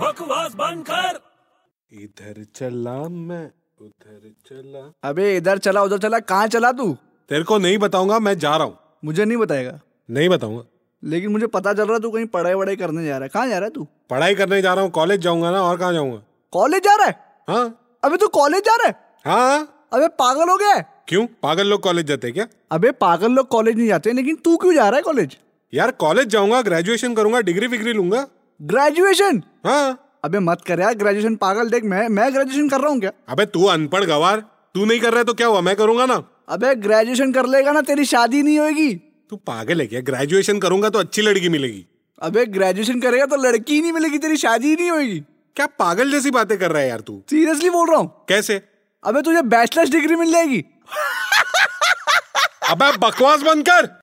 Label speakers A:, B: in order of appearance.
A: बकवास बंद कर
B: इधर चला मैं उधर चला
C: अबे इधर चला उधर चला कहाँ चला तू
B: तेरे को नहीं बताऊंगा मैं जा रहा हूँ
C: मुझे नहीं बताएगा
B: नहीं बताऊंगा
C: लेकिन मुझे पता चल रहा है तू कहीं पढ़ाई वढ़ाई करने जा रहा है कहाँ जा रहा है तू
B: पढ़ाई करने जा रहा हूँ कॉलेज जाऊंगा ना और कहाँ जाऊंगा
C: कॉलेज जा रहा है
B: हाँ
C: अबे तू कॉलेज जा रहा है
B: हाँ
C: अबे पागल हो गया है
B: क्यों पागल लोग कॉलेज जाते हैं क्या
C: अबे पागल लोग कॉलेज नहीं जाते लेकिन तू क्यों जा रहा है कॉलेज
B: यार कॉलेज जाऊंगा ग्रेजुएशन करूंगा डिग्री विग्री लूंगा
C: ग्रेजुएशन
B: हाँ
C: अबे मत कर यार ग्रेजुएशन पागल देख मैं मैं ग्रेजुएशन कर रहा हूँ क्या
B: अबे तू अनपढ़ गवार तू नहीं कर रहा है तो क्या हुआ मैं करूंगा ना
C: अबे ग्रेजुएशन कर लेगा ना तेरी शादी नहीं होगी
B: तू पागल है क्या ग्रेजुएशन करूंगा तो अच्छी लड़की मिलेगी
C: अबे ग्रेजुएशन करेगा तो लड़की ही नहीं मिलेगी तेरी शादी ही नहीं होगी
B: क्या पागल जैसी बातें कर रहा है यार तू
C: सीरियसली बोल रहा हूँ
B: कैसे
C: अबे तुझे बैचलर्स डिग्री मिल जाएगी
B: अबे बकवास बंद कर